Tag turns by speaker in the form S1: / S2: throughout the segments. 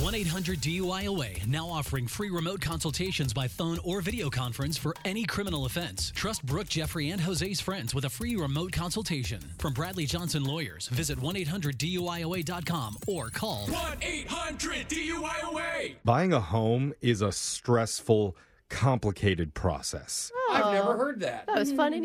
S1: 1 800 DUIOA now offering free remote consultations by phone or video conference for any criminal offense. Trust Brooke, Jeffrey, and Jose's friends with a free remote consultation. From Bradley Johnson Lawyers, visit 1 800 DUIOA.com or call
S2: 1 800 DUIOA.
S3: Buying a home is a stressful, complicated process.
S2: I've never heard that.
S4: That was fun and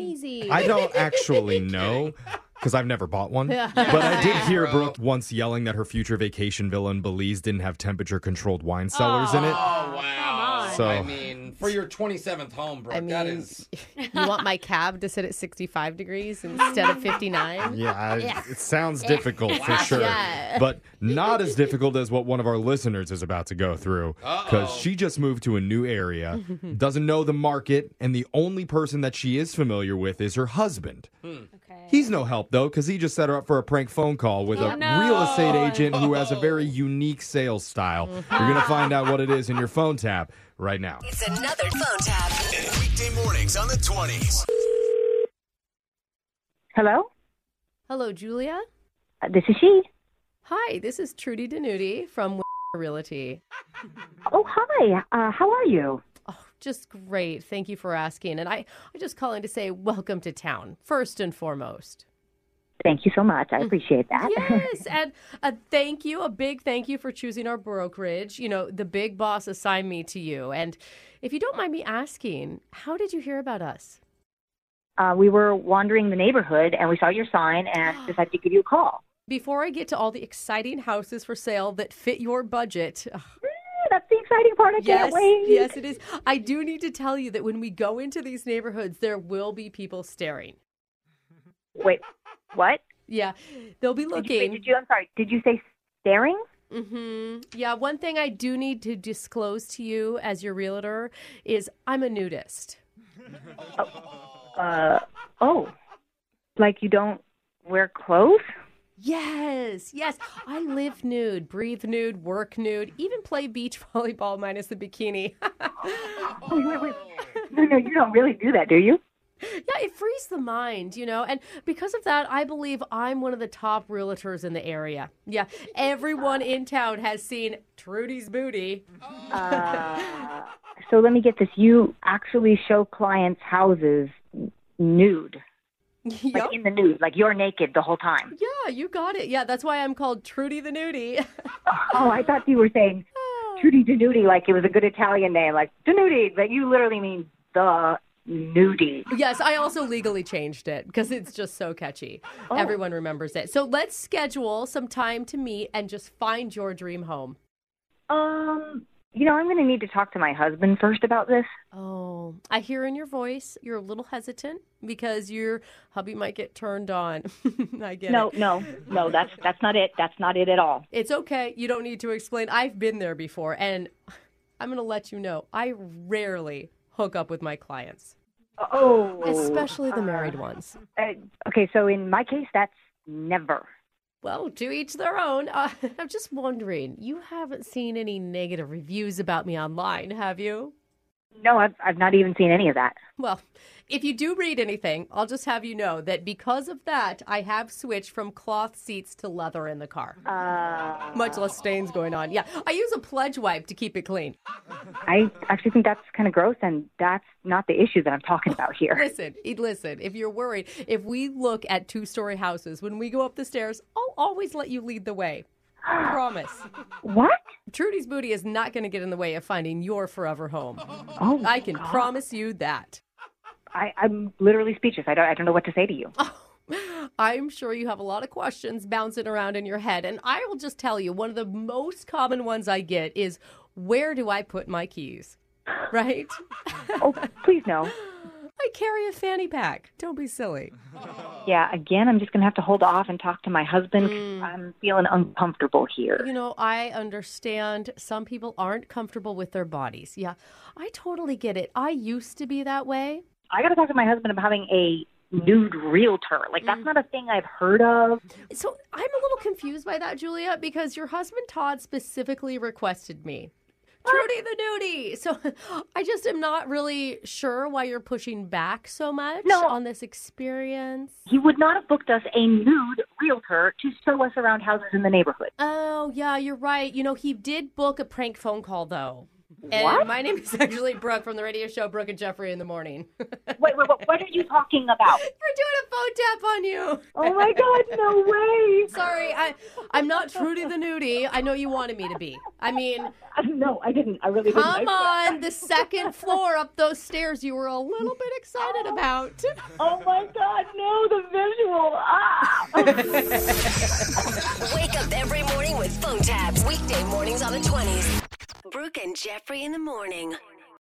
S4: easy.
S3: I don't actually know because I've never bought one. But I did hear Brooke once yelling that her future vacation villa in Belize didn't have temperature controlled wine cellars in it.
S2: Oh, wow.
S3: So-
S2: I mean, for your 27th home, Brooke,
S4: I
S2: that
S4: mean,
S2: is.
S4: you want my cab to sit at 65 degrees instead of 59?
S3: Yeah, I, it sounds difficult for sure,
S4: Yeah.
S3: but not as difficult as what one of our listeners is about to go through because
S2: Uh-oh.
S3: she just moved to a new area, doesn't know the market, and the only person that she is familiar with is her husband.
S5: Okay. Oh,
S3: He's no help though because he just set her up for a prank phone call with a
S5: no.
S3: real estate agent who has a very unique sales style. You're gonna find out what it is in your phone tap right now.
S6: It's another phone tap.
S7: Weekday mornings on the 20s.
S8: Hello,
S4: Hello, Julia.
S8: Uh, this is she.
S4: Hi, this is Trudy Danuti from Realty.
S8: Oh, hi. Uh, how are you?
S4: Oh, just great. Thank you for asking. And I, I just calling to say welcome to town, first and foremost.
S8: Thank you so much. I appreciate that.
S4: Mm. Yes, and a thank you, a big thank you for choosing our brokerage. You know, the big boss assigned me to you. And if you don't mind me asking, how did you hear about us?
S8: Uh, we were wandering the neighborhood and we saw your sign and decided to give you a call.
S4: Before I get to all the exciting houses for sale that fit your budget,
S8: Yeah, that's the exciting part. I
S4: yes,
S8: can't wait.
S4: yes, it is. I do need to tell you that when we go into these neighborhoods, there will be people staring.
S8: Wait, what?
S4: Yeah, they'll be
S8: Did you, wait,
S4: looking.
S8: did you? I'm sorry. Did you say staring?
S4: hmm Yeah, one thing I do need to disclose to you as your realtor is I'm a nudist.
S8: Uh, oh, like you don't wear clothes?
S4: Yes, yes. I live nude, breathe nude, work nude, even play beach volleyball minus the bikini.
S8: Oh, wait, wait. No, no, you don't really do that, do you?
S4: Yeah, it frees the mind, you know. And because of that, I believe I'm one of the top realtors in the area. Yeah, everyone in town has seen Trudy's booty.
S8: Uh, so let me get this. You actually show clients houses nude, like
S4: Yep.
S8: in the nude, like you're naked the whole time.
S4: Yeah, you got it. Yeah, that's why I'm called Trudy the Nudie.
S8: Oh, I thought you were saying Trudy Danuti, like it was a good Italian name, like Danuti, but you literally mean the nudie.
S4: yes, I also legally changed it because it's just so catchy. Everyone remembers it. So let's schedule some time to meet and just find your dream home.
S8: Um, you know, I'm going to need to talk to my husband first about this.
S4: Oh, I hear in your voice you're a little hesitant because your hubby might get turned on. I get it.
S8: No, no, no, that's that's not it. That's not it at all.
S4: It's okay. You don't need to explain. I've been there before, and I'm going to let you know I rarely hook up with my clients, Oh.
S8: Oh,
S4: especially the married ones.
S8: Uh, okay, so in my case, that's never.
S4: Well, to each their own. Uh, I'm just wondering, you haven't seen any negative reviews about me online, have you?
S8: No, I've I've not even seen any of that.
S4: Well, if you do read anything, I'll just have you know that because of that, I have switched from cloth seats to leather in the car.
S8: Uh,
S4: Much less stains going on. Yeah, I use a pledge wipe to keep it clean.
S8: I actually think that's kind of gross, and that's not the issue that I'm talking about here.
S4: Listen, eh, listen, if you're worried, if we look at two story houses, when we go up the stairs, I'll always let you lead the way. Promise.
S8: What?
S4: Trudy's booty is not going to get in the way of finding your forever home.
S8: Oh,
S4: I can promise you that.
S8: I, I'm literally speechless. I don't I don't know what to say to you.
S4: I'm sure you have a lot of questions bouncing around in your head, and I will just tell you one of the most common ones I get is where do I put my keys? Right?
S8: Oh, please no.
S4: I carry a fanny pack. Don't be silly.
S8: Yeah, again, I'm just going to have to hold off and talk to my husband. 'cause I'm feeling uncomfortable here.
S4: You know, I understand some people aren't comfortable with their bodies. Yeah, I totally get it. I used to be that way.
S8: I got to talk to my husband about having a nude realtor. Like, that's not a thing I've heard of.
S4: So I'm a little confused by that, Julia, because your husband Todd specifically requested me Trudy the Nudie. So I just am not really sure why you're pushing back so much
S8: No.
S4: on this experience.
S8: He would not have booked us a nude realtor to show us around houses in the neighborhood.
S4: Oh, yeah, you're right. You know, he did book a prank phone call, though. And my name is actually Brooke from the radio show Brooke and Jeffrey in the Morning. we're doing
S8: Wait, wait, wait, what are you talking about?
S4: a phone tap on you.
S8: Oh my God, no way.
S4: Sorry, I, I'm not Trudy the Nudie. I know you wanted me to be. I mean,
S8: Uh, No, I didn't. I really didn't. I
S4: come
S8: swear.
S4: on, the second floor up those stairs you were a little bit excited about.
S8: Oh my God, no, the visual. Ah.
S5: Wake up every morning with phone tabs. Weekday mornings on the 20s. Brooke and Jeffrey in the morning.